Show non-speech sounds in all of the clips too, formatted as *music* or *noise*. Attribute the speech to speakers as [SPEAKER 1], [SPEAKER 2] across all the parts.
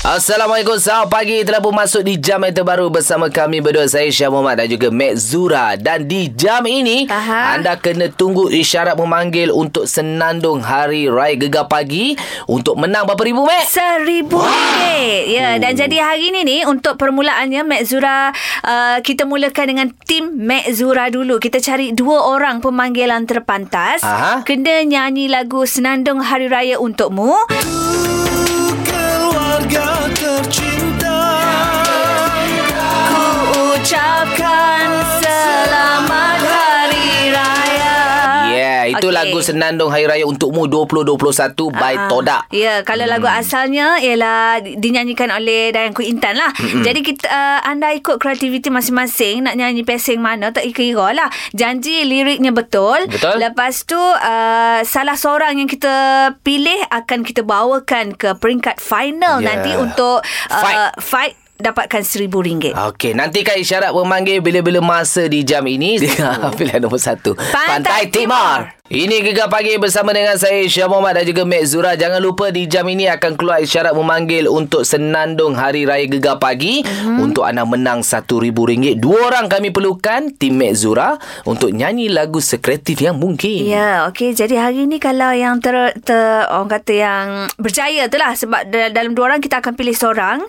[SPEAKER 1] Assalamualaikum Selamat pagi Telah pun masuk di jam yang terbaru Bersama kami berdua Saya Syah Muhammad Dan juga Mek Zura Dan di jam ini
[SPEAKER 2] Aha.
[SPEAKER 1] Anda kena tunggu isyarat memanggil Untuk senandung Hari Raya Gegar Pagi Untuk menang berapa ribu Mek?
[SPEAKER 2] Seribu ringgit. Ya,
[SPEAKER 1] Hmm.
[SPEAKER 2] dan jadi hari ini ni untuk permulaannya Mek Zura uh, kita mulakan dengan tim Mek Zura dulu. Kita cari dua orang pemanggilan terpantas.
[SPEAKER 1] Aha.
[SPEAKER 2] Kena nyanyi lagu Senandung Hari Raya untukmu.
[SPEAKER 3] keluarga tercinta
[SPEAKER 2] Ku ucapkan selamat Hari Raya.
[SPEAKER 1] Yeah, itu
[SPEAKER 2] Ah, Okey.
[SPEAKER 1] okay. lagu Senandung Hari Raya Untukmu 2021 by
[SPEAKER 2] Ah,
[SPEAKER 1] Todak. Hmm.
[SPEAKER 2] Ya, yeah, kalau lagu asalnya ialah dinyanyikan oleh Dayanku Intan lah.
[SPEAKER 1] Hmm.
[SPEAKER 2] Mm-hmm. Jadi kita uh, anda ikut kreativiti masing-masing nak nyanyi pesing mana tak kira lah. Janji liriknya betul.
[SPEAKER 1] Betul.
[SPEAKER 2] Lepas tu uh, salah seorang yang kita pilih akan kita bawakan ke peringkat final yeah.
[SPEAKER 1] Ya.
[SPEAKER 2] nanti untuk uh,
[SPEAKER 1] Fight.
[SPEAKER 2] fight dapatkan seribu ringgit.
[SPEAKER 1] Okey, nantikan isyarat memanggil bila-bila masa di jam *laughs* ini. Pilihan nombor satu.
[SPEAKER 2] Pantai Timur.
[SPEAKER 1] Ini Gegar Pagi bersama dengan saya Syah Muhammad dan juga Mek Zura. Jangan lupa di jam ini akan keluar isyarat memanggil untuk Senandung Hari Raya Gegar Pagi. Untuk anda menang RM1,000. Dua orang kami perlukan, tim Mek Zura untuk nyanyi lagu sekreatif yang mungkin.
[SPEAKER 2] Ya, okey. Jadi hari ni kalau yang ter, ter orang kata yang berjaya tu lah sebab da- dalam dua orang kita akan pilih seorang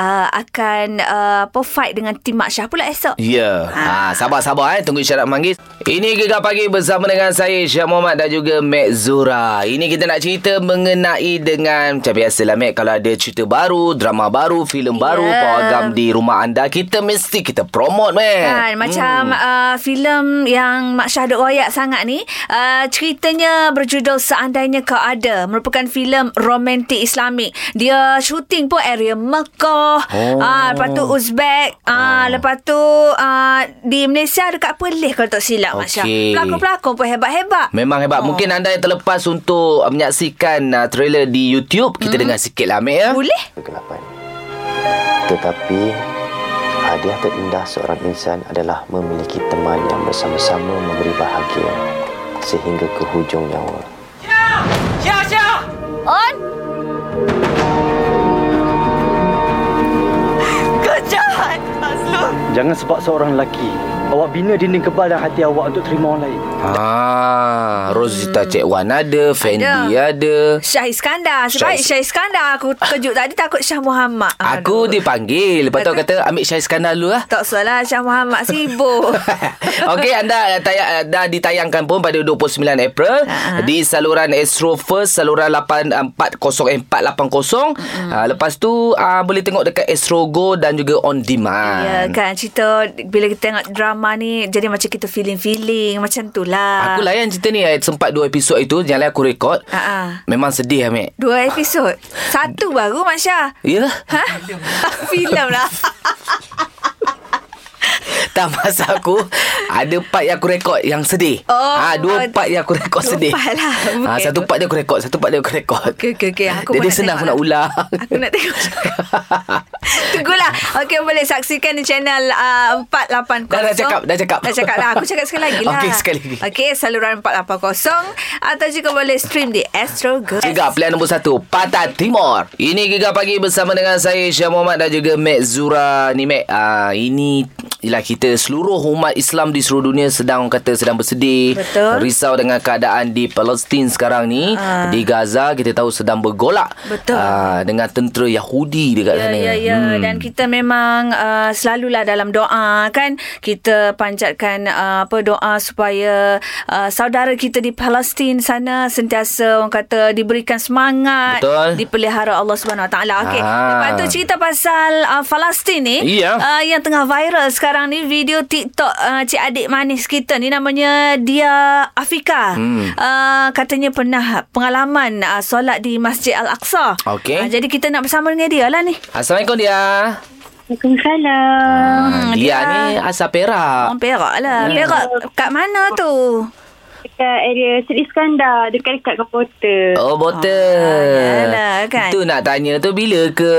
[SPEAKER 2] uh, akan uh, apa fight dengan tim Mak Syah pula esok.
[SPEAKER 1] Ya.
[SPEAKER 2] Ah.
[SPEAKER 1] Ha, sabar-sabar eh tunggu isyarat manggil. Ini Gegar Pagi bersama dengan saya Syah Muhammad dan juga Mek Zura. Ini kita nak cerita mengenai dengan macam biasalah Mek kalau ada cerita baru, drama baru, filem baru,
[SPEAKER 2] Ya.
[SPEAKER 1] program di rumah anda, kita mesti kita promote Mek.
[SPEAKER 2] Kan, macam
[SPEAKER 1] hmm.
[SPEAKER 2] uh, filem yang Mak Syah duk royak sangat ni uh, ceritanya berjudul Seandainya Kau Ada merupakan filem romantik Islamik dia syuting pun area Mekah
[SPEAKER 1] Oh.
[SPEAKER 2] ah, lepas tu Uzbek ah, lepas tu ah, di Malaysia dekat Perlis kalau tak silap Mak Syah
[SPEAKER 1] Okey.
[SPEAKER 2] pelakon-pelakon pun hebat-hebat
[SPEAKER 1] Memang
[SPEAKER 2] Oh.
[SPEAKER 1] hebat. Mungkin anda yang terlepas untuk uh, menyaksikan uh, trailer di YouTube, kita dengar sikit lah Mek ya.
[SPEAKER 2] Hmm. boleh
[SPEAKER 4] kegelapan. Tetapi hadiah terindah seorang insan adalah memiliki teman yang bersama-sama memberi bahagia sehingga ke hujung nyawa.
[SPEAKER 2] On Kau jahat
[SPEAKER 5] Jangan sebab seorang lelaki Awak bina dinding kebal dalam hati awak untuk terima orang lain
[SPEAKER 1] Ha,
[SPEAKER 2] Hmm.
[SPEAKER 1] Rosita Cik Wan ada, Fendi ada.
[SPEAKER 2] Syah Iskandar Sebab
[SPEAKER 1] Syah Is-
[SPEAKER 2] Syah Iskandar Aku terkejut tadi Takut Syah Muhammad
[SPEAKER 1] Aku
[SPEAKER 2] Aduh.
[SPEAKER 1] dipanggil Lepas tu aku kata Ambil Syah Iskandar dulu lah
[SPEAKER 2] Tak salah Syah Muhammad
[SPEAKER 1] *laughs*
[SPEAKER 2] sibuk
[SPEAKER 1] Okey anda uh, tayang, uh, dah ditayangkan pun pada 29 April
[SPEAKER 2] Ha.
[SPEAKER 1] di saluran Astro First saluran 840480. Uh, lepas tu uh, boleh tengok dekat Astro Go dan juga on demand.
[SPEAKER 2] Ya kan Cerita Bila kita tengok drama ni Jadi macam kita feeling-feeling Macam tu lah
[SPEAKER 1] Aku layan cerita ni eh, sempat dua episod itu yang lain aku rekod.
[SPEAKER 2] Ah, ah.
[SPEAKER 1] Memang sedih Amik.
[SPEAKER 2] Dua episod Satu baru Mak Syah
[SPEAKER 1] Ya,
[SPEAKER 2] *laughs* Ha? Film lah
[SPEAKER 1] *laughs* tak masa aku ada part yang aku rekod yang sedih.
[SPEAKER 2] Oh,
[SPEAKER 1] ha, dua part yang aku rekod
[SPEAKER 2] *laughs* dua
[SPEAKER 1] sedih.
[SPEAKER 2] part lah.
[SPEAKER 1] Ha,
[SPEAKER 2] Okey.
[SPEAKER 1] satu part dia aku rekod, satu part dia aku rekod.
[SPEAKER 2] Okey, okey, okey. Aku pun
[SPEAKER 1] Jadi
[SPEAKER 2] nak
[SPEAKER 1] senang aku
[SPEAKER 2] tengok lah.
[SPEAKER 1] nak ulang.
[SPEAKER 2] Aku nak tengok
[SPEAKER 1] *laughs*
[SPEAKER 2] Tunggulah lah. Okey boleh saksikan di channel uh, 480
[SPEAKER 1] Dah, dah cakap, dah cakap.
[SPEAKER 2] Dah cakap lah Aku cakap sekali
[SPEAKER 1] *laughs*
[SPEAKER 2] lagi lah
[SPEAKER 1] Okey, sekali lagi.
[SPEAKER 2] Okey saluran 480 Atau juga boleh stream di Astro Go
[SPEAKER 1] Gegar pilihan nombor satu Pantai Timur Ini Gegar Pagi bersama dengan saya Syah Muhammad dan juga Mek Zura Ni Mek uh, Ini Ialah kita seluruh umat Islam di seluruh dunia sedang orang kata sedang bersedih
[SPEAKER 2] Betul.
[SPEAKER 1] Risau dengan keadaan di Palestin sekarang ni
[SPEAKER 2] Ah.
[SPEAKER 1] Di Gaza kita tahu sedang bergolak
[SPEAKER 2] Betul.
[SPEAKER 1] uh, Dengan tentera Yahudi dekat
[SPEAKER 2] Ya,
[SPEAKER 1] sana
[SPEAKER 2] ya, ya. Hmm. Dan kita memang uh, selalulah dalam doa kan kita panjatkan uh, apa doa supaya uh, saudara kita di Palestin sana sentiasa orang kata diberikan semangat,
[SPEAKER 1] Betul.
[SPEAKER 2] dipelihara Allah Subhanahu Wa Taala. Okey.
[SPEAKER 1] Ah.
[SPEAKER 2] Lepas tu cerita pasal uh, Palestin ni
[SPEAKER 1] Iya.
[SPEAKER 2] uh, yang tengah viral sekarang ni video TikTok uh, cik adik manis kita ni namanya dia Afika. Hmm. Uh, katanya pernah pengalaman uh, solat di Masjid Al-Aqsa. Ah,
[SPEAKER 1] Okey.
[SPEAKER 2] jadi kita nak bersama dengan dia lah ni.
[SPEAKER 1] Assalamualaikum dia
[SPEAKER 2] Ah.
[SPEAKER 6] Waalaikumsalam.
[SPEAKER 1] hmm, Dia
[SPEAKER 2] Dia.
[SPEAKER 1] ni ah. Hmm. asal Perak
[SPEAKER 2] Orang Perak lah. Perak kat mana tu?
[SPEAKER 6] Dekat area Seri Iskandar, dekat-dekat Kapota.
[SPEAKER 1] Oh botol
[SPEAKER 2] Ah, yalah, kan.
[SPEAKER 1] Itu nak tanya tu bila ke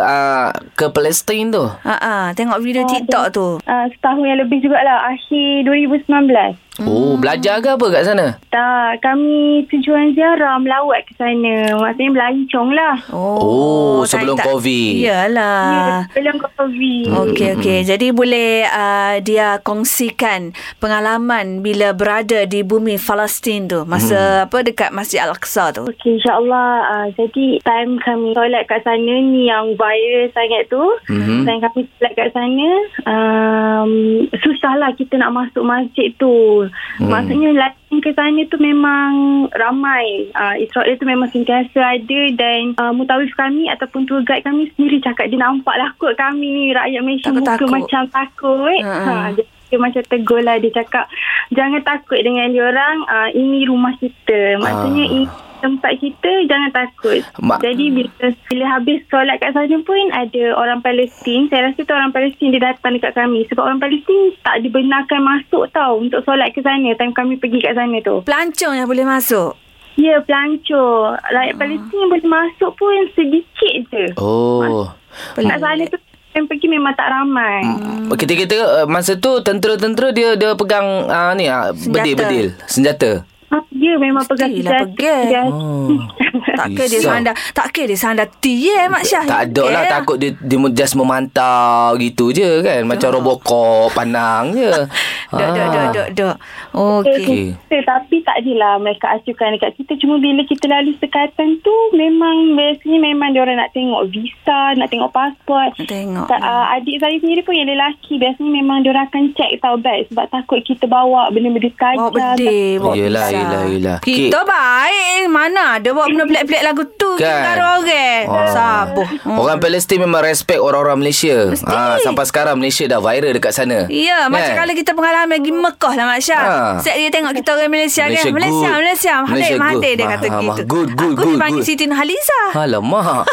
[SPEAKER 1] uh, Ke Palestin tu
[SPEAKER 2] Ha ah, tengok ah, video TikTok tu.
[SPEAKER 6] Uh, setahun yang lebih jugalah, akhir 2019.
[SPEAKER 1] Oh, belajar ke apa kat sana?
[SPEAKER 6] Tak, kami tujuan ziarah melawat ke sana. Maksudnya melancong lah.
[SPEAKER 1] Oh, sebelum COVID. Hmm,
[SPEAKER 6] Ya,
[SPEAKER 2] Yalah.
[SPEAKER 6] sebelum COVID.
[SPEAKER 2] Okey okey. Jadi boleh uh, dia kongsikan pengalaman bila berada di bumi Palestin tu
[SPEAKER 1] Hmm.
[SPEAKER 2] masa apa dekat Masjid Al-Aqsa tu.
[SPEAKER 6] Okey, insyaAllah. Uh, jadi, time kami solat kat sana ni yang viral sangat tu.
[SPEAKER 1] Mhm.
[SPEAKER 6] Mm-hmm. Time kami solat kat sana, um, susahlah kita nak masuk masjid tu. Mm.
[SPEAKER 2] Mhm.
[SPEAKER 6] Maksudnya, latihan ke sana tu memang ramai. Uh, Israel tu memang sentiasa ada dan uh, mutawif kami ataupun tour guide kami sendiri cakap dia nampak lah kot kami ni rakyat Malaysia
[SPEAKER 2] Takut-takut.
[SPEAKER 6] muka macam takut.
[SPEAKER 2] Ha, ha.
[SPEAKER 6] Ha, dia- dia macam tegur lah dia cakap jangan takut dengan diorang uh, ini rumah kita maksudnya
[SPEAKER 1] Ah.
[SPEAKER 6] ini tempat kita jangan takut
[SPEAKER 1] Mak-
[SPEAKER 6] jadi bila bila habis solat kat sana pun ada orang Palestin saya rasa tu orang Palestin dia datang dekat kami sebab orang Palestin tak dibenarkan masuk tau untuk solat ke sana time kami pergi kat sana tu
[SPEAKER 2] Pelancong yang boleh masuk.
[SPEAKER 6] ya pelancur rakyat Palestin boleh masuk pun sedikit je
[SPEAKER 1] Oh.
[SPEAKER 6] kat sana tu yang pergi memang tak ramai
[SPEAKER 1] Hmm.
[SPEAKER 2] Hmm.
[SPEAKER 1] Kita-kita uh, masa tu tentera-tentera dia dia pegang uh, ni uh, bedil-bedil, senjata.
[SPEAKER 6] Ah, dia memang pegang
[SPEAKER 2] Mestilah pegang.
[SPEAKER 1] Oh.
[SPEAKER 2] Hmm.
[SPEAKER 6] *laughs*
[SPEAKER 2] Tak ke dia
[SPEAKER 1] Risau.
[SPEAKER 2] sandar Tak ke dia sandar Tia Mak Ya. Syah
[SPEAKER 1] Tak ada lah takut dia, dia just memantau gitu je kan. Macam Robocop pandang je.
[SPEAKER 2] *laughs* Dok dok dok dok dok Okey
[SPEAKER 1] Ah. Okey.
[SPEAKER 6] Okay. Kita, tapi tak adalah mereka acukan dekat kita. Cuma bila kita lalu sekatan tu memang biasanya memang diorang nak tengok visa, nak tengok pasport.
[SPEAKER 2] Nak tengok.
[SPEAKER 6] Tak, uh, adik saya sendiri pun yang lelaki biasanya memang diorang akan check tau bag sebab takut kita bawa benda-benda tajam.
[SPEAKER 2] Bawa bedil bawa
[SPEAKER 1] Yelah,
[SPEAKER 2] pisang.
[SPEAKER 1] yelah, yelah.
[SPEAKER 2] Kita baik Mana ada bawa benda pelik-pelik lagu tu
[SPEAKER 1] Kan?
[SPEAKER 2] Kita ada orang
[SPEAKER 1] Ah.
[SPEAKER 2] Sabuh
[SPEAKER 1] Hmm. Orang Palestin memang respect orang-orang Malaysia.
[SPEAKER 2] Mesti.
[SPEAKER 1] Ha, sampai sekarang Malaysia dah viral dekat sana. Kan?
[SPEAKER 2] Ya, macam kalau kita pengalaman pergi Mekah lah Mak Syah.
[SPEAKER 1] Ha.
[SPEAKER 2] Ha. Set dia tengok kita orang Malaysia,
[SPEAKER 1] Malaysia
[SPEAKER 2] kan. Malaysia,
[SPEAKER 1] good.
[SPEAKER 2] Malaysia.
[SPEAKER 1] Malaysia
[SPEAKER 2] Malaysia
[SPEAKER 1] good.
[SPEAKER 2] Mahathir dia
[SPEAKER 1] Ma-
[SPEAKER 2] kata
[SPEAKER 1] ma-
[SPEAKER 2] gitu.
[SPEAKER 1] good, good,
[SPEAKER 2] Aku
[SPEAKER 1] good,
[SPEAKER 2] dipanggil
[SPEAKER 1] good.
[SPEAKER 2] Siti Nurhaliza.
[SPEAKER 1] Alamak.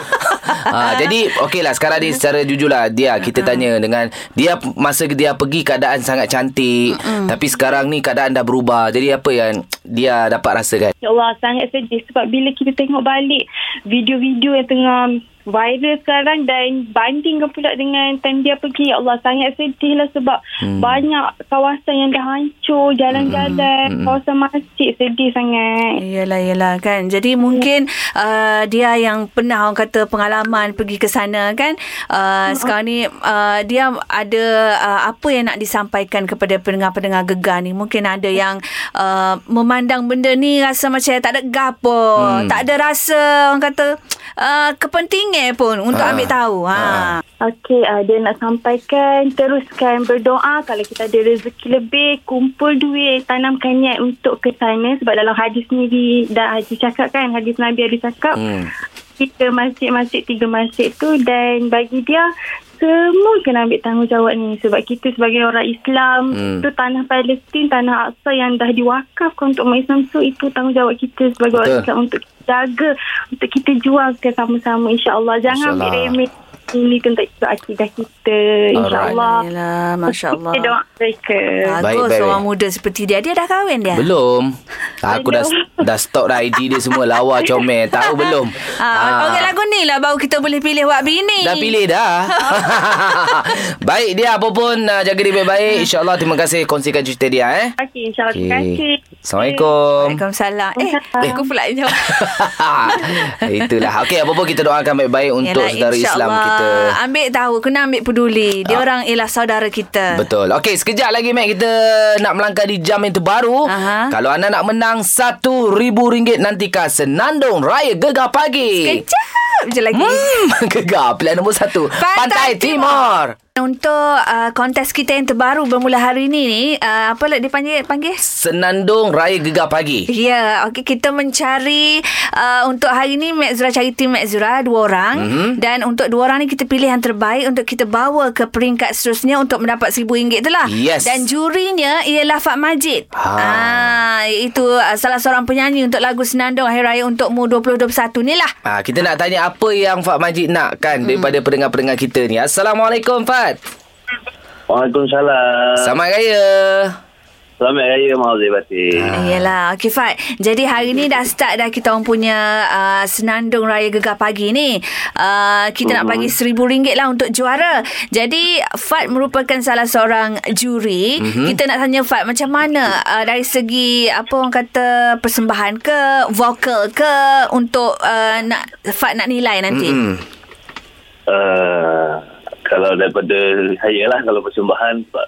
[SPEAKER 1] ha, jadi okeylah sekarang ni secara jujur lah dia kita tanya dengan dia masa dia pergi keadaan sangat cantik Mm-mm. tapi sekarang ni keadaan dah berubah. Jadi apa yang dia dapat kan? rasakan?
[SPEAKER 6] Ya Allah sangat sedih sebab bila kita tengok balik video-video yang tengah viral sekarang dan bandingkan pula dengan time dia pergi ya Allah sangat sedih lah sebab hmm. banyak kawasan yang dah hancur jalan-jalan hmm. kawasan masjid sedih sangat
[SPEAKER 2] Yelah, yelah kan. Jadi mungkin uh, dia yang pernah orang kata pengalaman pergi ke sana kan. Uh, sekarang ni uh, dia ada uh, apa yang nak disampaikan kepada pendengar-pendengar gegar ni. Mungkin ada yang uh, memandang benda ni rasa macam tak ada gapo. Hmm. Tak ada rasa orang kata uh, kepentingan pun untuk
[SPEAKER 1] Ha.
[SPEAKER 2] ambil tahu. Ha.
[SPEAKER 1] Ha.
[SPEAKER 6] Okey, uh, dia nak sampaikan teruskan berdoa kalau kita ada rezeki lebih, kumpul duit, tanamkan niat untuk ke sana sebab dalam hadis ni di, dah Haji cakap kan, hadis Nabi ada cakap
[SPEAKER 1] Hmm.
[SPEAKER 6] tiga masjid-masjid tiga masjid tu dan bagi dia semua kena ambil tanggungjawab ni sebab kita sebagai orang Islam
[SPEAKER 1] Hmm.
[SPEAKER 6] hmm. tu tanah Palestin tanah Aqsa yang dah diwakafkan untuk umat Islam so itu tanggungjawab kita
[SPEAKER 1] Betul.
[SPEAKER 6] sebagai orang Islam untuk kita jaga untuk kita jual ke sama-sama insyaallah jangan ambil
[SPEAKER 1] InsyaAllah.
[SPEAKER 6] remeh ini tentang itu akidah kita insyaallah
[SPEAKER 2] Yelah, Masya Allah.
[SPEAKER 6] kita doa mereka
[SPEAKER 1] Baik,
[SPEAKER 2] Bagus
[SPEAKER 1] baik,
[SPEAKER 2] orang
[SPEAKER 1] baik.
[SPEAKER 2] muda seperti dia. Dia dah kahwin dia?
[SPEAKER 1] Belum. Aku dah dah stop dah ID dia semua lawa comel. Tahu belum? Ah,
[SPEAKER 2] Ha, ha. Okey lagu ni lah baru kita boleh pilih wak bini.
[SPEAKER 1] Dah pilih dah Baik dia apa pun uh, Jaga diri baik-baik InsyaAllah terima kasih Kongsikan cerita dia eh
[SPEAKER 6] okey insyaallah
[SPEAKER 1] Okey.
[SPEAKER 6] terima kasih
[SPEAKER 1] Assalamualaikum
[SPEAKER 2] Waalaikumsalam. Eh,
[SPEAKER 6] Waalaikumsalam.
[SPEAKER 2] aku pula yang jawab.
[SPEAKER 1] *laughs* Itulah Okey apa pun kita doakan baik-baik *laughs* Untuk
[SPEAKER 2] Yalah,
[SPEAKER 1] saudara Islam
[SPEAKER 2] insyaAllah.
[SPEAKER 1] kita
[SPEAKER 2] Ambil tahu, kena ambil peduli. Dia
[SPEAKER 1] Ah.
[SPEAKER 2] orang ialah saudara kita.
[SPEAKER 1] Betul Okey sekejap lagi Mac Kita nak melangkah di jam yang terbaru
[SPEAKER 2] Aha.
[SPEAKER 1] Kalau anda nak menang RM1,000 Nantikah Senandung Raya Gegar Pagi
[SPEAKER 2] Kejap je lagi.
[SPEAKER 1] Hmm, *laughs* Gegar Pilihan nombor satu Pantai,
[SPEAKER 2] Pantai
[SPEAKER 1] Timur,
[SPEAKER 2] Untuk uh, kontes kita yang terbaru bermula hari ini ni, uh, apa lah dia panggil? panggil?
[SPEAKER 1] Senandung Raya Gegar Pagi
[SPEAKER 2] Ya, okey kita mencari uh, untuk hari ni Mek Zura cari tim Mek Zura dua orang
[SPEAKER 1] Mhm.
[SPEAKER 2] mm-hmm. dan untuk dua orang ni kita pilih yang terbaik untuk kita bawa ke peringkat seterusnya untuk mendapat RM1000 tu lah.
[SPEAKER 1] Yes.
[SPEAKER 2] Dan jurinya ialah Fat Majid.
[SPEAKER 1] Ha.
[SPEAKER 2] Ah, iaitu uh, salah seorang penyanyi untuk lagu Senandung Hari Raya untukmu 2021 ni lah.
[SPEAKER 1] Ha, kita nak tanya apa yang Fat Majid nak kan hmm. daripada pendengar-pendengar kita ni. Assalamualaikum Fat.
[SPEAKER 5] Waalaikumsalam.
[SPEAKER 1] Selamat Raya.
[SPEAKER 7] Selamat Raya Mahathir Batin.
[SPEAKER 2] Yelah Okay Fat Jadi hari ni dah start dah Kita orang punya uh, Senandung Raya Gegar Pagi ni uh, Kita nak bagi RM1,000 lah Untuk juara Jadi Fat merupakan Salah seorang juri Kita nak tanya Fat Macam mana uh, Dari segi Apa orang kata Persembahan ke Vokal ke Untuk uh, nak Fat nak nilai nanti mm-hmm.
[SPEAKER 1] Hmm.
[SPEAKER 2] Ah.
[SPEAKER 7] Uh, kalau daripada saya lah, kalau persembahan sebab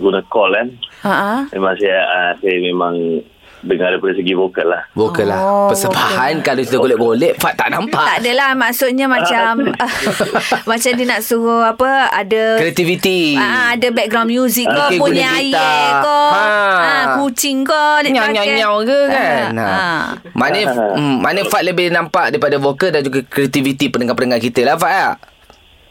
[SPEAKER 7] guna call kan.
[SPEAKER 2] uh
[SPEAKER 7] Memang saya, uh, saya memang dengar daripada segi vokal lah.
[SPEAKER 1] Vokal lah.
[SPEAKER 2] Oh,
[SPEAKER 1] Persembahan kalau kita golek-golek Fat tak
[SPEAKER 2] Tak
[SPEAKER 1] nampak.
[SPEAKER 2] adalah maksudnya macam *laughs* macam dia nak suruh apa ada
[SPEAKER 1] Kreativiti.
[SPEAKER 2] Ah, ada background music ke,
[SPEAKER 1] Okey,
[SPEAKER 2] okay,
[SPEAKER 1] guna
[SPEAKER 2] bunyi air
[SPEAKER 1] gitar.
[SPEAKER 2] ke,
[SPEAKER 1] Ha.
[SPEAKER 2] ha. kucing ke, dia
[SPEAKER 1] Nyau nyau
[SPEAKER 2] pakai.
[SPEAKER 1] nyau ke kan
[SPEAKER 2] Ha.
[SPEAKER 1] ha.
[SPEAKER 2] ha.
[SPEAKER 1] Mana hmm, Mana Fat lebih nampak Daripada vokal Dan juga kreativiti Pendengar-pendengar kita lah Fat lah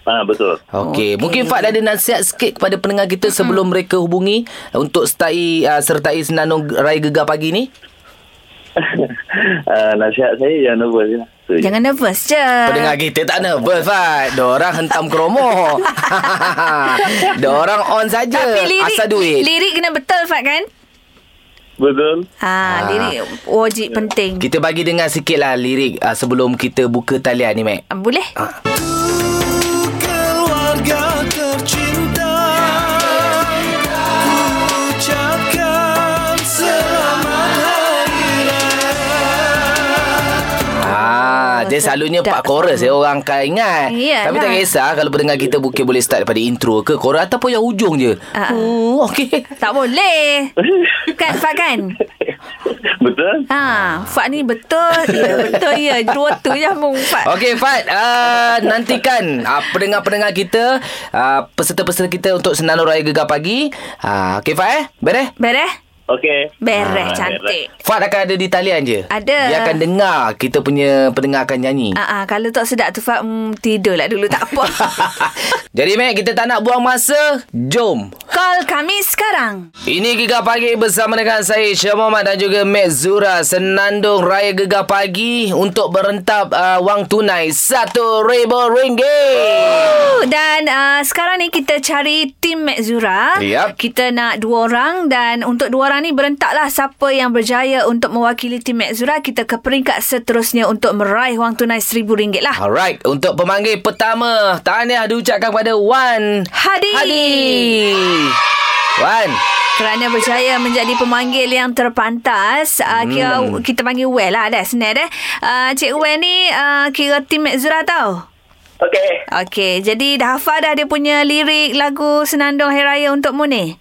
[SPEAKER 7] Ah betul. *laughs*
[SPEAKER 1] Okey, okay.
[SPEAKER 2] Okey.
[SPEAKER 1] mungkin Fat ada nasihat sikit kepada pendengar kita sebelum mereka hubungi untuk sertai uh, sertai senandung raya gegar pagi ni.
[SPEAKER 7] uh, nasihat saya jangan nervous je lah. Tu je.
[SPEAKER 2] Jangan nervous je.
[SPEAKER 1] Pendengar kita tak nervous Fat. Diorang
[SPEAKER 2] *laughs*
[SPEAKER 1] hentam kromo. *laughs* Diorang on saja.
[SPEAKER 2] Tapi lirik,
[SPEAKER 1] Asal duit.
[SPEAKER 2] lirik kena betul Fat kan?
[SPEAKER 7] Betul. *laughs*
[SPEAKER 2] Ha,
[SPEAKER 1] Ah.
[SPEAKER 2] ha. lirik wajib penting.
[SPEAKER 1] Kita bagi dengar sikit lah lirik uh, sebelum kita buka talian ni, Mac.
[SPEAKER 2] Ah, Boleh? Ha.
[SPEAKER 3] Keluarga tercinta Ku ucapkan selamat hari
[SPEAKER 1] Ah, dia selalunya
[SPEAKER 2] sedap.
[SPEAKER 1] part chorus ya orang akan ingat.
[SPEAKER 2] Iyalah.
[SPEAKER 1] Tapi tak kisah kalau pendengar kita mungkin boleh start daripada intro ke chorus ataupun yang ujung je.
[SPEAKER 2] Ah, ah.
[SPEAKER 1] Hmm, okey.
[SPEAKER 2] Tak boleh. Kan Fat kan?
[SPEAKER 7] betul.
[SPEAKER 2] Ha, Fat ni betul.
[SPEAKER 1] *laughs*
[SPEAKER 2] Ya, betul ya. Dua tu je mung Fat.
[SPEAKER 1] Okey Fat, uh, nantikan uh, pendengar-pendengar kita, uh, peserta-peserta kita untuk Senandung Raya Gegar Pagi. Uh, Okey Fat eh, beres?
[SPEAKER 2] Beres?
[SPEAKER 7] Okey.
[SPEAKER 2] Beres
[SPEAKER 7] Ah,
[SPEAKER 2] cantik.
[SPEAKER 1] Fat akan ada di talian je.
[SPEAKER 2] Ada.
[SPEAKER 1] Dia akan dengar, kita punya pendengar akan nyanyi.
[SPEAKER 2] Ah, ah, kalau tak sedap tu Fat mm, tidurlah dulu tak apa.
[SPEAKER 1] *laughs* Jadi Mac, kita tak nak buang masa. Jom.
[SPEAKER 2] Call kami sekarang.
[SPEAKER 1] Ini Gegar Pagi bersama dengan saya Syah Muhammad dan juga Mek Zura Senandung Raya Gegar Pagi untuk berentap uh, wang tunai RM1,000.
[SPEAKER 2] Dan uh, sekarang ni kita cari tim Mek Zura.
[SPEAKER 1] Yap.
[SPEAKER 2] Kita nak dua orang dan untuk dua orang ni berentaklah siapa yang berjaya untuk mewakili tim Mek Zura kita ke peringkat seterusnya untuk meraih wang tunai RM1,000 lah.
[SPEAKER 1] Alright, untuk pemanggil pertama, tahniah diucapkan kepada Wan
[SPEAKER 2] Hadi.
[SPEAKER 1] Hadi. Wan. uh,
[SPEAKER 2] Kerana berjaya menjadi pemanggil yang terpantas, uh, kira kita panggil Well lah dah senar dah. Uh, Cik Well ni uh, kira tim Mek Zura tau.
[SPEAKER 7] Okey.
[SPEAKER 2] Okey, jadi dah hafal dah dia punya lirik lagu Senandung Hari Raya untuk mu ni?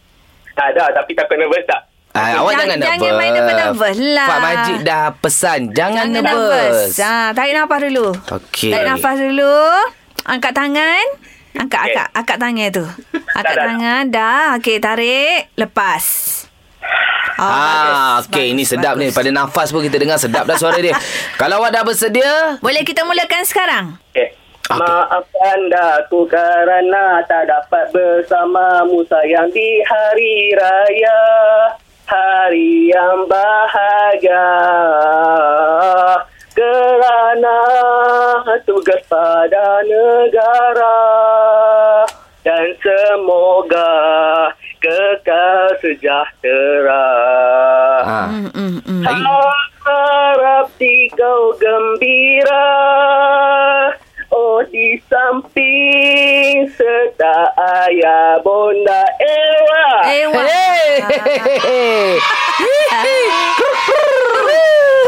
[SPEAKER 7] Tak ada Ah, tapi takut nervous tak?
[SPEAKER 1] Ah, awak
[SPEAKER 2] Jangan-
[SPEAKER 1] jangan nervous.
[SPEAKER 2] jangan main nervous-nervous lah.
[SPEAKER 1] Pak Majid dah pesan. Jangan, nervous.
[SPEAKER 2] Ha, tarik nafas dulu.
[SPEAKER 1] Okey.
[SPEAKER 2] Tarik nafas dulu. Angkat tangan. Angkat, okay. angkat, angkat tangan
[SPEAKER 7] *laughs*
[SPEAKER 2] tu. Angkat
[SPEAKER 7] dah,
[SPEAKER 2] tangan. Dah. Okey, tarik. Lepas. Oh,
[SPEAKER 1] Ah,
[SPEAKER 2] bagus,
[SPEAKER 1] okey
[SPEAKER 2] bagus,
[SPEAKER 1] ini sedap
[SPEAKER 2] bagus.
[SPEAKER 1] ni. Pada nafas pun kita dengar sedap dah suara *laughs* dia. Kalau awak dah bersedia,
[SPEAKER 2] Boleh kita mulakan sekarang?
[SPEAKER 7] Okey.
[SPEAKER 1] Okey.
[SPEAKER 7] Maaf anda ku kerana tak dapat bersamamu sayang di hari raya Hari yang bahagia Kerana tugas pada negara Dan semoga kekal sejahtera
[SPEAKER 1] ah,
[SPEAKER 2] Hmm,
[SPEAKER 1] Lagi.
[SPEAKER 7] Harap di kau gembira Oh di samping serta ayah bonda Ewa
[SPEAKER 2] Eh, wah.
[SPEAKER 1] Hey. *laughs*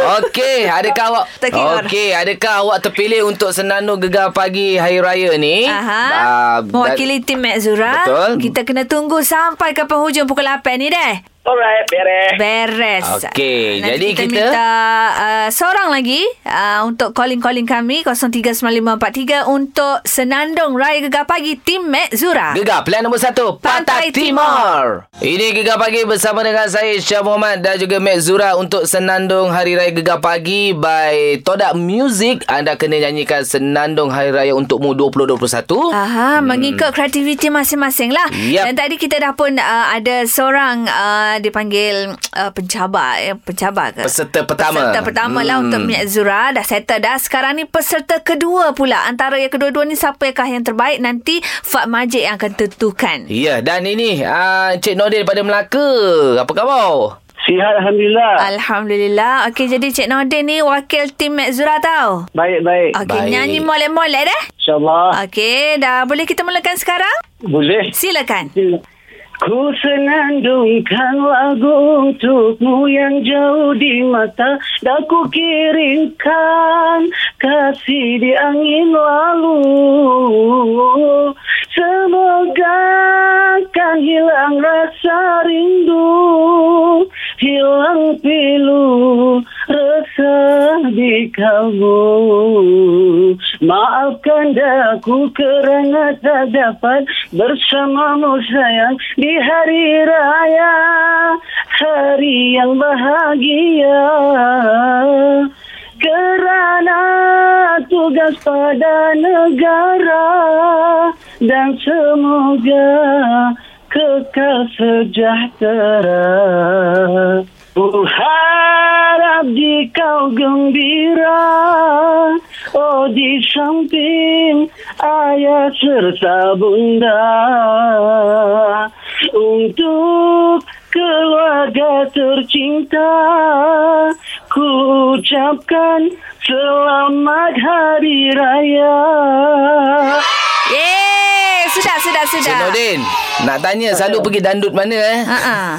[SPEAKER 1] Okey, adakah awak
[SPEAKER 2] Terkirar.
[SPEAKER 1] Okey, adakah awak terpilih untuk senandung gegar pagi hari raya ni?
[SPEAKER 2] Aha.
[SPEAKER 1] Ah, dan-
[SPEAKER 2] Mewakili tim Mek Zura.
[SPEAKER 1] Betul.
[SPEAKER 2] Kita kena tunggu sampai ke penghujung pukul 8 ni deh.
[SPEAKER 7] Alright, beres
[SPEAKER 2] Beres.
[SPEAKER 1] Okey,
[SPEAKER 2] Nanti
[SPEAKER 1] jadi
[SPEAKER 2] kita,
[SPEAKER 1] kita-
[SPEAKER 2] minta uh, seorang lagi uh, untuk calling-calling kami 039543 untuk Senandung Raya Gegar Pagi Tim Mek Zura.
[SPEAKER 1] Gegar pilihan nombor satu
[SPEAKER 2] Pantai
[SPEAKER 1] Pantai Timur. Ini Gegar Pagi bersama dengan saya Syah Muhammad dan juga Mek Zura untuk Senandung Hari Raya Gegar Pagi by Todak Music. Anda kena nyanyikan Senandung Hari Raya untukmu
[SPEAKER 2] Ah.
[SPEAKER 1] 2021.
[SPEAKER 2] Aha, hmm. mengikut kreativiti masing-masing lah.
[SPEAKER 1] Yap.
[SPEAKER 2] Dan tadi kita dah pun uh, ada seorang uh, uh, dia panggil uh, pencabar eh pencabar ke?
[SPEAKER 1] Peserta pertama.
[SPEAKER 2] Peserta pertama hmm. lah untuk Minyak Zura dah settle dah. Sekarang ni peserta kedua pula. Antara yang kedua-dua ni siapakah yang terbaik nanti Fat Majid yang akan tentukan.
[SPEAKER 1] Ya, dan ini uh, Encik Nordin daripada Melaka. Apa khabar?
[SPEAKER 7] Sihat Alhamdulillah.
[SPEAKER 2] Alhamdulillah. Okey jadi Cik Nordin ni wakil tim Mek Zura tau.
[SPEAKER 7] Baik-baik.
[SPEAKER 2] Okey
[SPEAKER 1] Baik.
[SPEAKER 2] nyanyi molek-molek dah.
[SPEAKER 7] InsyaAllah.
[SPEAKER 2] Okey dah boleh kita mulakan sekarang?
[SPEAKER 7] Boleh.
[SPEAKER 2] Silakan.
[SPEAKER 7] Ku senandungkan lagu untukmu yang jauh di mata Dan ku kirimkan kasih di angin lalu Semoga kan hilang rasa rindu Hilang pilu resah di kamu Maafkan aku kerana tak dapat bersamamu sayang Di hari raya, hari yang bahagia Kerana tugas pada negara Dan semoga kekal sejahtera Ku harap di kau gembira Oh di samping ayah serta bunda Untuk keluarga tercinta Ku ucapkan selamat hari raya
[SPEAKER 2] Yeay, sudah sudah sudah.
[SPEAKER 1] Encik Nordin, nak tanya selalu pergi dandut mana eh?
[SPEAKER 2] Ha ah.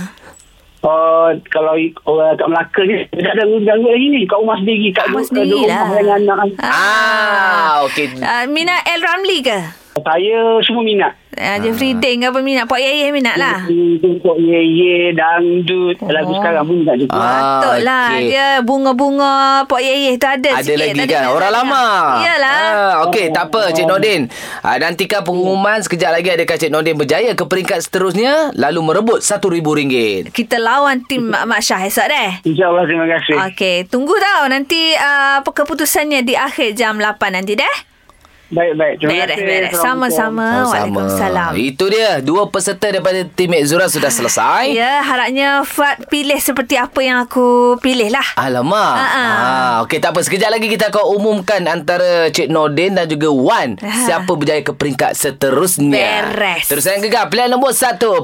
[SPEAKER 7] Oh, kalau orang kat Melaka ni, tak ada ganggu lagi ni. Kat rumah sendiri. Kat
[SPEAKER 2] Rumah sendiri lah.
[SPEAKER 7] dengan anak.
[SPEAKER 1] Ah, okey.
[SPEAKER 2] Uh, Mina El Ramli ke?
[SPEAKER 7] Saya semua minat.
[SPEAKER 2] Uh, Jeffrey
[SPEAKER 1] Ah.
[SPEAKER 2] Ding apa minat? Pak Yeye minat lah.
[SPEAKER 7] Untuk ye-ye, dangdut, oh. lagu sekarang pun minat juga.
[SPEAKER 1] Ah,
[SPEAKER 2] Patutlah
[SPEAKER 1] okey.
[SPEAKER 2] okay. dia bunga-bunga Pak Yeyeh tu ada
[SPEAKER 1] Ada
[SPEAKER 2] sikit.
[SPEAKER 1] lagi
[SPEAKER 2] tak
[SPEAKER 1] kan
[SPEAKER 2] nak-
[SPEAKER 1] Orang
[SPEAKER 2] tak
[SPEAKER 1] lama
[SPEAKER 2] nak. Iyalah.
[SPEAKER 1] ah, Okey tak apa Cik Nordin ah, Nantikan pengumuman Sekejap lagi adakah Cik Nordin berjaya Ke peringkat seterusnya Lalu merebut RM1,000
[SPEAKER 2] Kita lawan tim Mak Mak Syah esok deh.
[SPEAKER 7] InsyaAllah, terima kasih.
[SPEAKER 2] Okey, tunggu tau nanti uh, apa keputusannya di akhir jam 8 nanti deh.
[SPEAKER 7] Baik-baik. Terima
[SPEAKER 2] Beres,
[SPEAKER 7] kasih.
[SPEAKER 2] beres. Sama-sama. Ah, Waalaikumsalam.
[SPEAKER 1] Itu dia Dua peserta daripada Tim Mek Zura Sudah selesai
[SPEAKER 2] Ya, harapnya Fat pilih seperti apa yang aku pilih lah.
[SPEAKER 1] Alamak.
[SPEAKER 2] Ha-ha.
[SPEAKER 1] Ha, okey tak apa sekejap lagi kita akan umumkan antara Cik Nordin dan juga Wan
[SPEAKER 2] Ha.
[SPEAKER 1] siapa berjaya ke peringkat seterusnya.
[SPEAKER 2] Beres.
[SPEAKER 1] Terus yang gegar pilihan nombor satu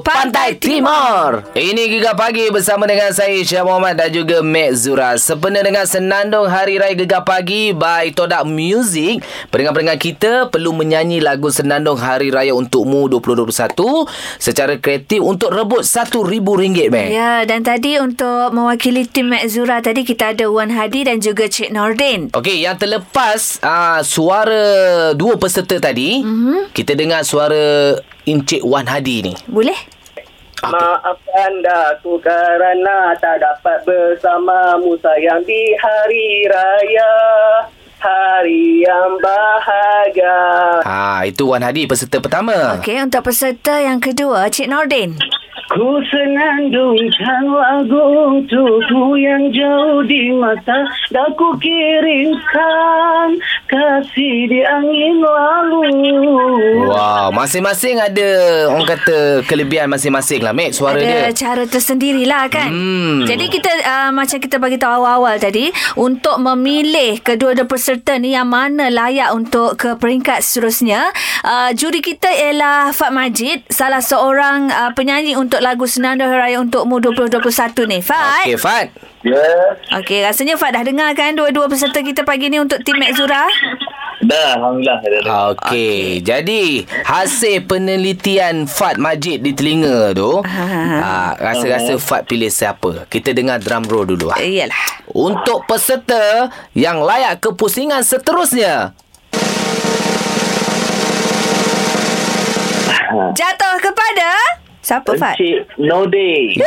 [SPEAKER 2] Pantai
[SPEAKER 1] Pantai, Timur. Ini gegar pagi bersama dengan saya Syah Muhammad dan juga Mek Zura. Sepenuh dengan senandung Hari Raya Gegar Pagi by Todak Music. Pendengar-pendengar kita perlu menyanyi lagu senandung Hari Raya untukmu 2021 secara kreatif untuk rebut RM1000 Mek.
[SPEAKER 2] Ya, dan tadi untuk mewakili tim Mek Zura tadi kita ada Wan Hadi dan juga Cik Nordin.
[SPEAKER 1] Okey, yang terlepas uh, suara dua peserta tadi, mm-hmm. kita dengar suara Encik Wan Hadi ni.
[SPEAKER 2] Boleh?
[SPEAKER 8] Maafkan aku kerana tak dapat bersamamu sayang di hari raya Hari yang bahagia
[SPEAKER 1] Ha, itu Wan Hadi peserta pertama.
[SPEAKER 2] Okey, untuk peserta yang kedua, Cik Nordin.
[SPEAKER 7] Ku senandungkan lagu untukmu yang jauh di mata Dan ku kirimkan kasih di angin lalu
[SPEAKER 1] Wow, masing-masing ada orang kata kelebihan masing-masing lah, Mek, suara
[SPEAKER 2] ada
[SPEAKER 1] dia.
[SPEAKER 2] cara tersendiri lah kan.
[SPEAKER 1] Hmm.
[SPEAKER 2] Jadi kita uh, macam kita bagi tahu awal-awal tadi untuk memilih kedua-dua peserta ni yang mana layak untuk ke peringkat seterusnya. Uh, juri kita ialah Fat Majid, salah seorang uh, penyanyi untuk lagu Senandung Hari Raya untukmu 2021 ni. Fat.
[SPEAKER 1] Okey, Fat.
[SPEAKER 7] Ya,
[SPEAKER 2] Okey, rasanya Fat dah dengar kan dua-dua peserta kita pagi ni untuk tim Mek Zura?
[SPEAKER 1] Ha.
[SPEAKER 7] dah Alhamdulillah dah, dah.
[SPEAKER 1] Okey, okay. jadi hasil penelitian Fat Majid di telinga tu, ha, rasa-rasa Fat pilih siapa? Kita dengar drum roll dulu. ah.
[SPEAKER 2] Iyalah.
[SPEAKER 1] Untuk peserta yang layak ke pusingan seterusnya.
[SPEAKER 2] Jatuh kepada siapa Fat?
[SPEAKER 7] Encik Noding
[SPEAKER 2] *laughs*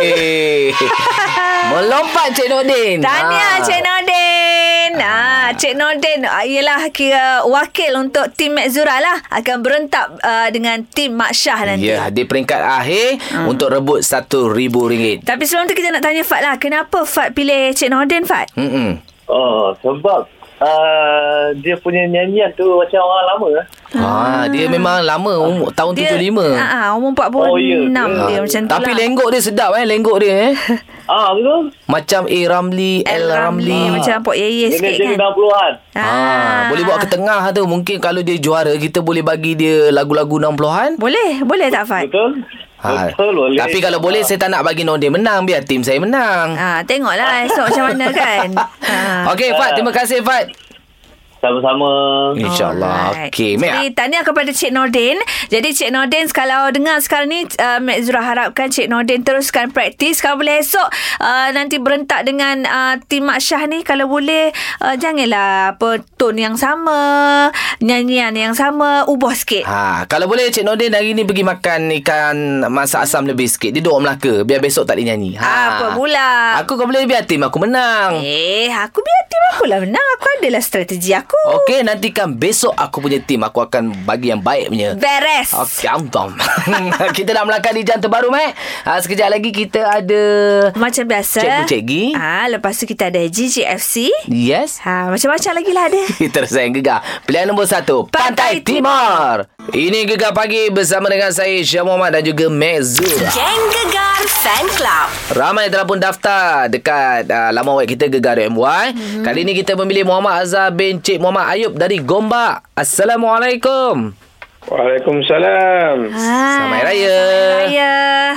[SPEAKER 1] Hey. Eh. Melompat Cik Nordin.
[SPEAKER 2] Tahniah
[SPEAKER 1] Ah.
[SPEAKER 2] Cik Nordin. Ah, Cik Nordin ah, ialah kira wakil untuk tim Mek Zura lah akan berentak uh, dengan tim Mak Syah nanti. Hmm.
[SPEAKER 1] Ya, di peringkat akhir untuk rebut RM1,000.
[SPEAKER 2] Tapi sebelum tu kita nak tanya Fat lah, kenapa Fat pilih Cik Nordin Fat?
[SPEAKER 1] Mm-mm.
[SPEAKER 7] Oh, sebab uh, dia punya nyanyian tu macam orang lama.
[SPEAKER 1] Ah, dia memang lama umur tahun
[SPEAKER 2] Dia,
[SPEAKER 1] 75.
[SPEAKER 2] ah, umur 46 oh,
[SPEAKER 9] Oh, ya ke?
[SPEAKER 2] dia macam tu
[SPEAKER 1] Ah, Tapi
[SPEAKER 2] lah.
[SPEAKER 1] lenggok dia sedap eh lenggok
[SPEAKER 2] *laughs*
[SPEAKER 1] dia eh.
[SPEAKER 9] Ah, betul.
[SPEAKER 1] Macam A Ramli, L, Ramli.
[SPEAKER 2] Macam Pok Yeye
[SPEAKER 9] Dia ni
[SPEAKER 2] sikit kan.
[SPEAKER 9] jadi 60-an.
[SPEAKER 1] Ah, boleh buat ke tengah tu. Mungkin kalau dia juara kita boleh bagi dia lagu-lagu 60-an.
[SPEAKER 2] Boleh, boleh tak Fat?
[SPEAKER 9] Betul?
[SPEAKER 1] Ha.
[SPEAKER 9] Betul boleh.
[SPEAKER 1] Tapi kalau boleh saya tak nak bagi non dia menang, biar tim saya menang.
[SPEAKER 2] Ah, tengoklah esok macam mana kan.
[SPEAKER 1] *laughs*
[SPEAKER 2] Ah.
[SPEAKER 1] Okey Fat, terima kasih Fat.
[SPEAKER 9] Sama-sama.
[SPEAKER 1] InsyaAllah.
[SPEAKER 2] Alright.
[SPEAKER 1] Okey,
[SPEAKER 2] Jadi
[SPEAKER 1] Mek.
[SPEAKER 2] tahniah kepada Cik Nordin. Jadi Cik Nordin kalau dengar sekarang ni uh, Mek Zura harapkan Cik Nordin teruskan praktis. Kalau boleh esok uh, nanti berentak dengan uh, tim Mak Syah ni kalau boleh uh, janganlah apa tone yang sama, nyanyian yang sama, ubah sikit.
[SPEAKER 1] Ha, kalau boleh Cik Nordin hari ni pergi makan ikan masak asam lebih sikit. Dia duduk Melaka biar besok tak boleh nyanyi. Ha.
[SPEAKER 2] Ah, Apa pula?
[SPEAKER 1] Aku kau boleh biar tim aku menang.
[SPEAKER 2] Eh, aku biar tim aku lah benar. Aku adalah strategi aku.
[SPEAKER 1] Okey, nantikan besok aku punya tim aku akan bagi yang baik punya.
[SPEAKER 2] Beres.
[SPEAKER 1] Okey, am tom. *laughs* kita nak melangkah di jam terbaru, Mek. Ha, sekejap lagi kita ada...
[SPEAKER 2] Macam biasa.
[SPEAKER 1] Cikgu-cikgi.
[SPEAKER 2] Ah, lepas tu kita ada GGFC.
[SPEAKER 1] Yes? *laughs*
[SPEAKER 2] Ha, macam-macam lagi lah ada.
[SPEAKER 1] Tersayang Gegar Pilihan nombor satu Pantai,
[SPEAKER 2] Pantai
[SPEAKER 1] Timur. Ini Gegar Pagi bersama dengan saya Syah Muhammad dan juga Mek Zura
[SPEAKER 10] Geng Gegar Fan Club.
[SPEAKER 1] Ramai yang telah pun daftar dekat uh, laman web kita gegar.my.
[SPEAKER 2] Mhm.
[SPEAKER 1] Mm-hmm. Kali ini kita memilih Muhammad Azhar bin Cik Muhammad Ayub dari Gombak. Assalamualaikum.
[SPEAKER 7] Waalaikumsalam.
[SPEAKER 2] Hai.
[SPEAKER 1] Selamat Hari Raya.
[SPEAKER 2] Ah,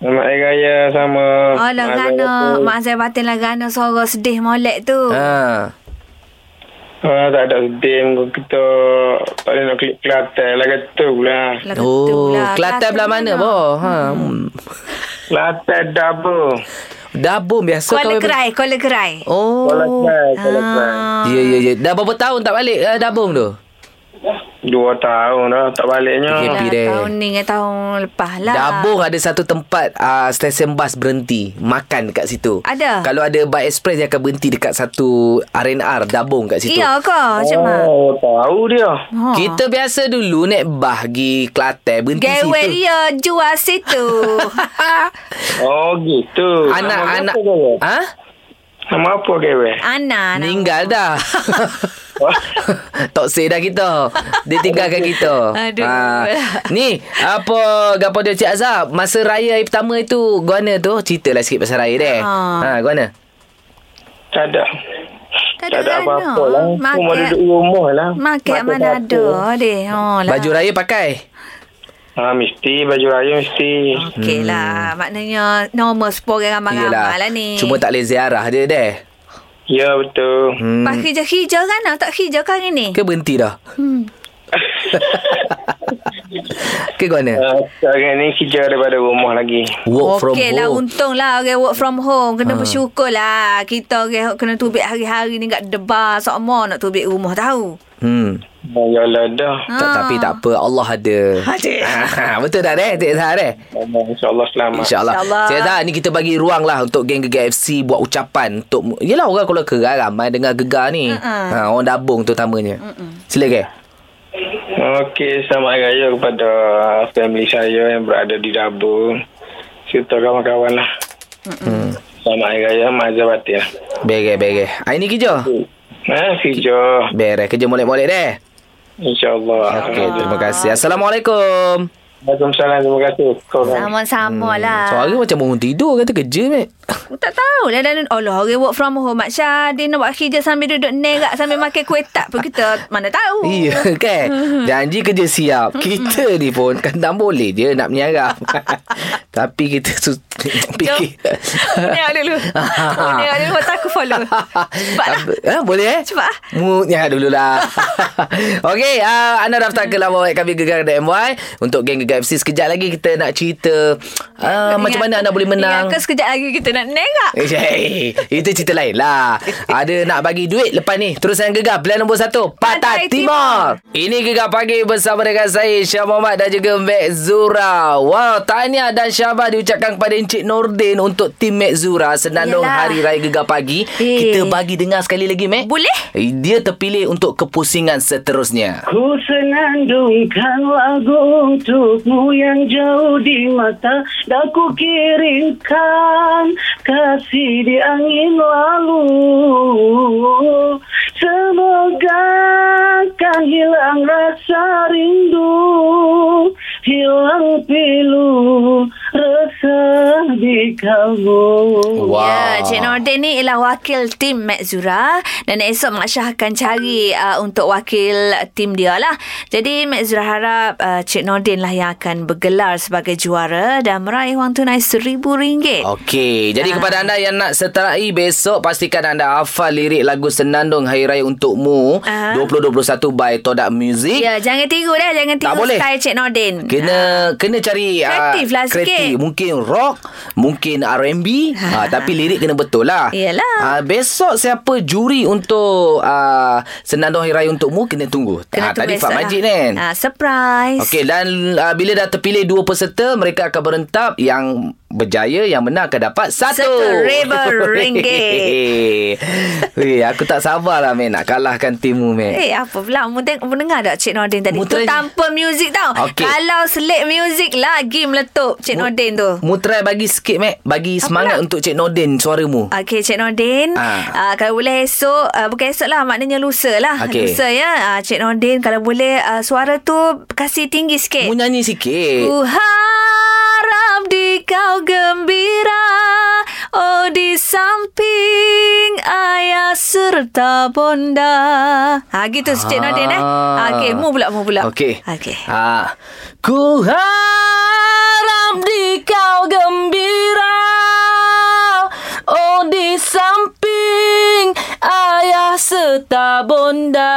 [SPEAKER 2] Selamat Hari Raya.
[SPEAKER 7] Ah, Selamat Hari Raya sama.
[SPEAKER 2] Oh, lah gana. Mak Azai batin lah gana suara sedih molek tu.
[SPEAKER 1] Ha.
[SPEAKER 7] Ah, tak ada sedih muka kita. Tak boleh nak klik Kelantan lah kata pula.
[SPEAKER 2] Lah, kata
[SPEAKER 1] Oh,
[SPEAKER 2] pula.
[SPEAKER 1] Kelantan belah mana, boh? Ha. Hmm.
[SPEAKER 7] Kelantan dah apa?
[SPEAKER 1] Dabung biasa
[SPEAKER 2] Kuala
[SPEAKER 1] kau-
[SPEAKER 2] Kerai, Kuala Kerai. Ah,
[SPEAKER 1] Oh.
[SPEAKER 7] Kelantan, Kelantan.
[SPEAKER 1] Ya, ya, ya. Dah berapa tahun tak balik uh, Dabung tu?
[SPEAKER 7] Dua tahun dah tak baliknya.
[SPEAKER 1] Fikir
[SPEAKER 2] Dah
[SPEAKER 1] Happy day.
[SPEAKER 2] tahun ni dengan tahun lepas lah.
[SPEAKER 1] Dabung ada satu tempat uh, stesen bas berhenti makan dekat situ.
[SPEAKER 2] Ada.
[SPEAKER 1] Kalau ada bike express dia akan berhenti dekat satu R&R Dabung kat situ.
[SPEAKER 2] Iya ke? Macam mana?
[SPEAKER 7] Oh, tahu dia.
[SPEAKER 2] Ha.
[SPEAKER 1] Kita biasa dulu naik bah pergi Kelantan berhenti
[SPEAKER 2] Gawe
[SPEAKER 1] situ.
[SPEAKER 2] dia jual
[SPEAKER 1] *laughs*
[SPEAKER 2] situ.
[SPEAKER 7] Oh, gitu.
[SPEAKER 1] Anak-anak
[SPEAKER 7] Nama apa gawe?
[SPEAKER 1] ha?
[SPEAKER 7] Nama apa gawe?
[SPEAKER 2] Ana. nak-
[SPEAKER 1] Meninggal dah. *laughs* tak say dah kita. Dia tinggalkan kita. Ha.
[SPEAKER 2] Aduh.
[SPEAKER 1] Ni, apa gapo dia Cik Azhar? Masa raya hari pertama itu, guana tu, ceritalah sikit pasal raya deh.
[SPEAKER 2] Ha.
[SPEAKER 1] Ha, guana.
[SPEAKER 7] Tak ada.
[SPEAKER 2] Tak
[SPEAKER 7] Tak
[SPEAKER 2] ada
[SPEAKER 7] ada
[SPEAKER 2] gana.
[SPEAKER 7] apa-apa lah. Cuma
[SPEAKER 2] Market.
[SPEAKER 7] duduk rumah lah.
[SPEAKER 2] Market
[SPEAKER 7] Makan
[SPEAKER 2] mana
[SPEAKER 7] satu.
[SPEAKER 2] ada deh. Oh, lah.
[SPEAKER 1] Baju raya pakai.
[SPEAKER 7] Ha, mesti. Baju raya mesti.
[SPEAKER 2] Okey lah. Maknanya normal semua orang ramai-ramai lah ni.
[SPEAKER 1] Hmm. Cuma tak boleh ziarah dia deh.
[SPEAKER 7] Ya, betul.
[SPEAKER 2] Pak hijau-hijau kan? Nak tak hijau kan ni?
[SPEAKER 1] Hmm. Ke berhenti dah?
[SPEAKER 2] Hmm.
[SPEAKER 1] *laughs* Ke
[SPEAKER 7] *laughs*
[SPEAKER 1] guana?
[SPEAKER 7] Ah, Sekarang ni kerja daripada rumah lagi.
[SPEAKER 1] Work from
[SPEAKER 2] Okey lah
[SPEAKER 1] home. Ah.
[SPEAKER 2] untung lah orang work from home Kena bersyukur lah Kita orang kena tubik hari-hari ni Kat debar Sokmo nak tubik rumah tahu
[SPEAKER 1] Hmm.
[SPEAKER 7] Oh, ya lah dah.
[SPEAKER 2] Ah.
[SPEAKER 1] Tak, tapi tak apa Allah ada. *laughs* Ada. Betul tak deh Cik Azhar deh?
[SPEAKER 7] Oh, InsyaAllah selamat.
[SPEAKER 1] InsyaAllah
[SPEAKER 2] InsyaAllah.
[SPEAKER 1] Cik Azhar ni kita bagi ruang lah Untuk geng Gegar FC Buat ucapan untuk Yelah orang kalau gegar Ramai dengar gegar ni
[SPEAKER 2] Mm-mm.
[SPEAKER 1] ha, Orang dabung terutamanya Silakan
[SPEAKER 7] Okey, selamat hari raya kepada family saya yang berada di Dabur. Serta kawan-kawan lah. Selamat hari raya, mazal batin lah.
[SPEAKER 1] Beres beres Hari ni kerja
[SPEAKER 7] Eh, kerja.
[SPEAKER 1] Beres kerja molek-molek deh
[SPEAKER 7] InsyaAllah.
[SPEAKER 1] Okey terima kasih Assalamualaikum
[SPEAKER 7] Waalaikumsalam, terima kasih. Korang.
[SPEAKER 1] Hmm,
[SPEAKER 2] Sama-sama lah
[SPEAKER 1] Suara macam orang tidur Kata kerja mate
[SPEAKER 2] Aku tak tahu lah dan Allah orang work from home Mak Syah dia nak buat kerja sambil duduk negak sambil makan kuih tak pun kita mana tahu.
[SPEAKER 1] Iya kan Janji kerja siap Kita ni pun Kan tak boleh je Nak menyarap Tapi kita su- Fikir
[SPEAKER 2] Tengok
[SPEAKER 1] *laughs*
[SPEAKER 2] dulu. Oh, Tengok dulu mata aku follow. Cepatlah.
[SPEAKER 1] *laughs* Ha, boleh eh?
[SPEAKER 2] Cepat.
[SPEAKER 1] Moodnya dululah. *laughs* Okey, uh, anda daftar ke laman web kami gegar.my untuk geng Gegar FC. Sekejap lagi kita nak cerita uh, macam mana anda boleh menang.
[SPEAKER 2] Ingat ke sekejap lagi kita nak negak.
[SPEAKER 1] Eh, hey, itu cerita lain lah. Ada nak bagi duit lepas ni. Terus yang gegar. Pilihan nombor satu.
[SPEAKER 2] Pantai
[SPEAKER 1] Pantai Timur. Ini gegar pagi bersama dengan saya Syah Muhammad dan juga Mek Zura. Wow, tahniah dan syabas diucapkan kepada Encik Nordin untuk tim Mek Zura. Senandung
[SPEAKER 2] Yalah.
[SPEAKER 1] Hari Raya Gegar Pagi.
[SPEAKER 2] Eh.
[SPEAKER 1] Kita bagi dengar sekali lagi, Mek.
[SPEAKER 2] Boleh?
[SPEAKER 1] Dia terpilih untuk kepusingan seterusnya.
[SPEAKER 6] Ku senandungkan lagu untukmu yang jauh di mata Dan ku kirimkan kasih di angin lalu Semoga kan hilang
[SPEAKER 8] hilang rasa rindu hilang pilu resah di kamu
[SPEAKER 1] Wow.
[SPEAKER 2] Ya, Cik Nordin ni ialah wakil tim Mek Zura dan esok Mak Syah akan cari uh, untuk wakil tim dia lah. Jadi Mek Zura harap uh, Cik Nordin lah yang akan bergelar sebagai juara dan meraih wang tunai RM1,000.
[SPEAKER 1] Okey, jadi
[SPEAKER 2] Ah.
[SPEAKER 1] kepada anda yang nak seterai besok pastikan anda hafal lirik lagu Senandung Hari Raya Untukmu
[SPEAKER 2] Ah.
[SPEAKER 1] 2021 by Todak Music.
[SPEAKER 2] Ya, jangan tiru dah. Jangan tiru
[SPEAKER 1] Tak boleh.
[SPEAKER 2] style Cik Nordin.
[SPEAKER 1] Kena kena cari
[SPEAKER 2] Ah.
[SPEAKER 1] ah,
[SPEAKER 2] Kreatif lah sikit. Ah.
[SPEAKER 1] kreatif. Mungkin rock, mungkin R&B, ha. tapi lirik kena betul lah.
[SPEAKER 2] Yelah.
[SPEAKER 1] Ah, besok siapa juri untuk uh, Senandung Hari Raya untukmu kena tunggu.
[SPEAKER 2] Kena
[SPEAKER 1] Ah,
[SPEAKER 2] tu
[SPEAKER 1] tadi
[SPEAKER 2] besok
[SPEAKER 1] Fat
[SPEAKER 2] lah.
[SPEAKER 1] Majid kan.
[SPEAKER 2] Ah, surprise.
[SPEAKER 1] Okey dan uh, bila dah terpilih dua peserta mereka akan berentap yang berjaya yang benar akan dapat satu
[SPEAKER 2] Satu ribu ringgit.
[SPEAKER 1] *laughs* Weh aku tak sabarlah Mek nak kalahkan timmu Mek.
[SPEAKER 2] Eh apa pula Mu teng- mu dengar tak Cik Nordin tadi
[SPEAKER 1] Mu
[SPEAKER 2] Itu
[SPEAKER 1] try-
[SPEAKER 2] tanpa muzik tau
[SPEAKER 1] Okey.
[SPEAKER 2] Kalau selit muzik Lagi meletup Cik Nordin tu
[SPEAKER 1] Mu try bagi sikit Mek, bagi semangat untuk Cik Nordin suaramu.
[SPEAKER 2] Okey Cik Nordin
[SPEAKER 1] Ah.
[SPEAKER 2] ah. uh, Kalau boleh esok uh, Bukan esok lah Maknanya lusa lah
[SPEAKER 1] Okey.
[SPEAKER 2] Lusa ya uh, Cik Nordin Kalau boleh uh, Suara tu Kasih tinggi sikit
[SPEAKER 1] Mu nyanyi sikit.
[SPEAKER 2] Ku harap di kau gembira Oh di samping ayah serta bonda Ha gitu Cik Nordin eh
[SPEAKER 1] Ah.
[SPEAKER 2] Okey mu pula mu pula
[SPEAKER 1] Okey.
[SPEAKER 2] Okey
[SPEAKER 1] Ah. Ku harap di kau gembira. Oh di samping ayah serta
[SPEAKER 2] *laughs*
[SPEAKER 1] bonda.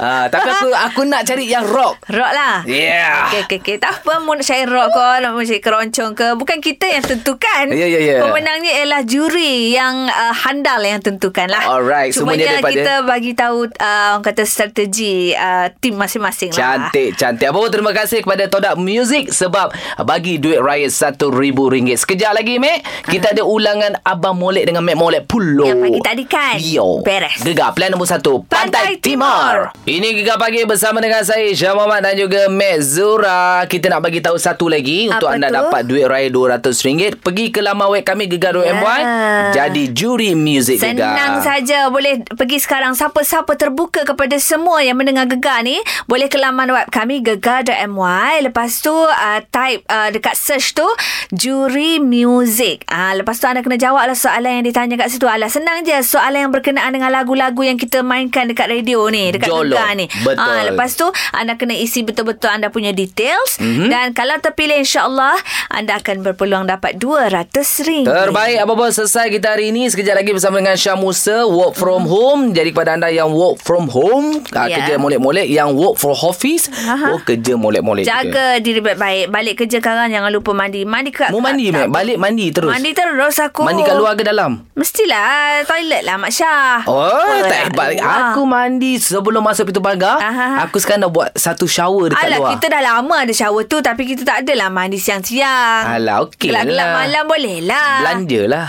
[SPEAKER 1] ah, tapi aku aku nak cari yang rock.
[SPEAKER 2] Rock lah
[SPEAKER 1] Yeah.
[SPEAKER 2] Okey, okey, okey. Tak apa Mun syair rock ke Nak mun syair keroncong ke Bukan kita yang tentukan
[SPEAKER 1] Ya, ya, ya.
[SPEAKER 2] Pemenangnya ialah juri Yang uh, handal yang tentukan lah
[SPEAKER 1] Alright,
[SPEAKER 2] Cumanya
[SPEAKER 1] semuanya daripada-
[SPEAKER 2] kita bagi tahu uh, Orang kata strategi uh, Tim masing-masing lah
[SPEAKER 1] Cantik, cantik. Apa pun terima kasih kepada Todak Music sebab bagi duit raya RM1,000. Sekejap lagi, Mek. Kita ada ulangan Abang Molek dengan Mek Molek Pulau.
[SPEAKER 2] Ah. Yang pagi tadi kan?
[SPEAKER 1] Yo.
[SPEAKER 2] Beres.
[SPEAKER 1] Gegar plan nombor satu. Pantai,
[SPEAKER 2] Pantai
[SPEAKER 1] Timur. Ini Gegar Pagi bersama dengan saya, Syah Muhammad dan juga Mek Zura. Kita nak bagi tahu satu lagi
[SPEAKER 2] Apa
[SPEAKER 1] untuk anda
[SPEAKER 2] tu?
[SPEAKER 1] dapat duit raya RM200. Pergi ke laman web kami gegar.my.
[SPEAKER 2] Ya.
[SPEAKER 1] Jadi juri muzik Gegar.
[SPEAKER 2] Senang saja boleh pergi sekarang siapa-siapa terbuka kepada semua yang mendengar Gegar ni boleh ke laman web kami gegar.my lepas tu uh, type uh, dekat search tu juri music. Ah uh, lepas tu anda kena jawablah soalan yang ditanya kat situ. Alah senang je soalan yang berkenaan dengan lagu-lagu yang kita mainkan dekat radio ni, dekat
[SPEAKER 1] Jolok.
[SPEAKER 2] Gegar ni.
[SPEAKER 1] Betul.
[SPEAKER 2] Ah, lepas tu anda kena isi betul-betul anda punya details
[SPEAKER 1] Mhm.
[SPEAKER 2] mm-hmm. dan kalau terpilih insya-Allah anda akan berpeluang dapat RM200.
[SPEAKER 1] Terbaik apa-apa selesai kita hari ini Sekejap lagi bersama dengan Syah Musa Work from home Jadi kepada anda yang work from home yeah.
[SPEAKER 2] Ya.
[SPEAKER 1] Kerja molek-molek Yang work from office
[SPEAKER 2] Aha.
[SPEAKER 1] Oh kerja molek-molek juga.
[SPEAKER 2] Jaga diri baik-baik. Balik kerja sekarang jangan lupa mandi. Mandi kat
[SPEAKER 1] Mu mandi
[SPEAKER 2] kat-
[SPEAKER 1] Mek Balik mandi terus
[SPEAKER 2] Mandi terus aku.
[SPEAKER 1] Mandi kat luar ke dalam
[SPEAKER 2] Mestilah toilet lah Mak Syah. Ah.
[SPEAKER 1] Oh
[SPEAKER 2] Apa nak
[SPEAKER 1] tak hebat
[SPEAKER 2] keluar?
[SPEAKER 1] Aku mandi sebelum masuk pintu pagar
[SPEAKER 2] Aha.
[SPEAKER 1] Aku sekarang dah buat satu shower dekat
[SPEAKER 2] Alah
[SPEAKER 1] luar
[SPEAKER 2] kita dah lama ada shower tu tapi kita tak adalah mandi siang-siang.
[SPEAKER 1] Alah, okey
[SPEAKER 2] Gelap-gelap
[SPEAKER 1] lah.
[SPEAKER 2] malam boleh lah.
[SPEAKER 1] Belanja *laughs* lah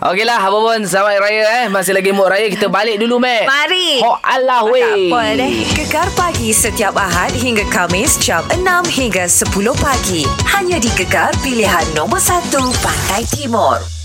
[SPEAKER 1] Okey lah Apa pun Selamat Raya eh Masih lagi mood Raya Kita balik dulu Mek
[SPEAKER 2] Mari.
[SPEAKER 1] Ho Allah weh
[SPEAKER 2] Tak apa deh.
[SPEAKER 11] Gegar pagi setiap Ahad hingga Kamis jam 6 hingga 10 pagi. Hanya di Gegar pilihan nombor 1 Pantai Timur.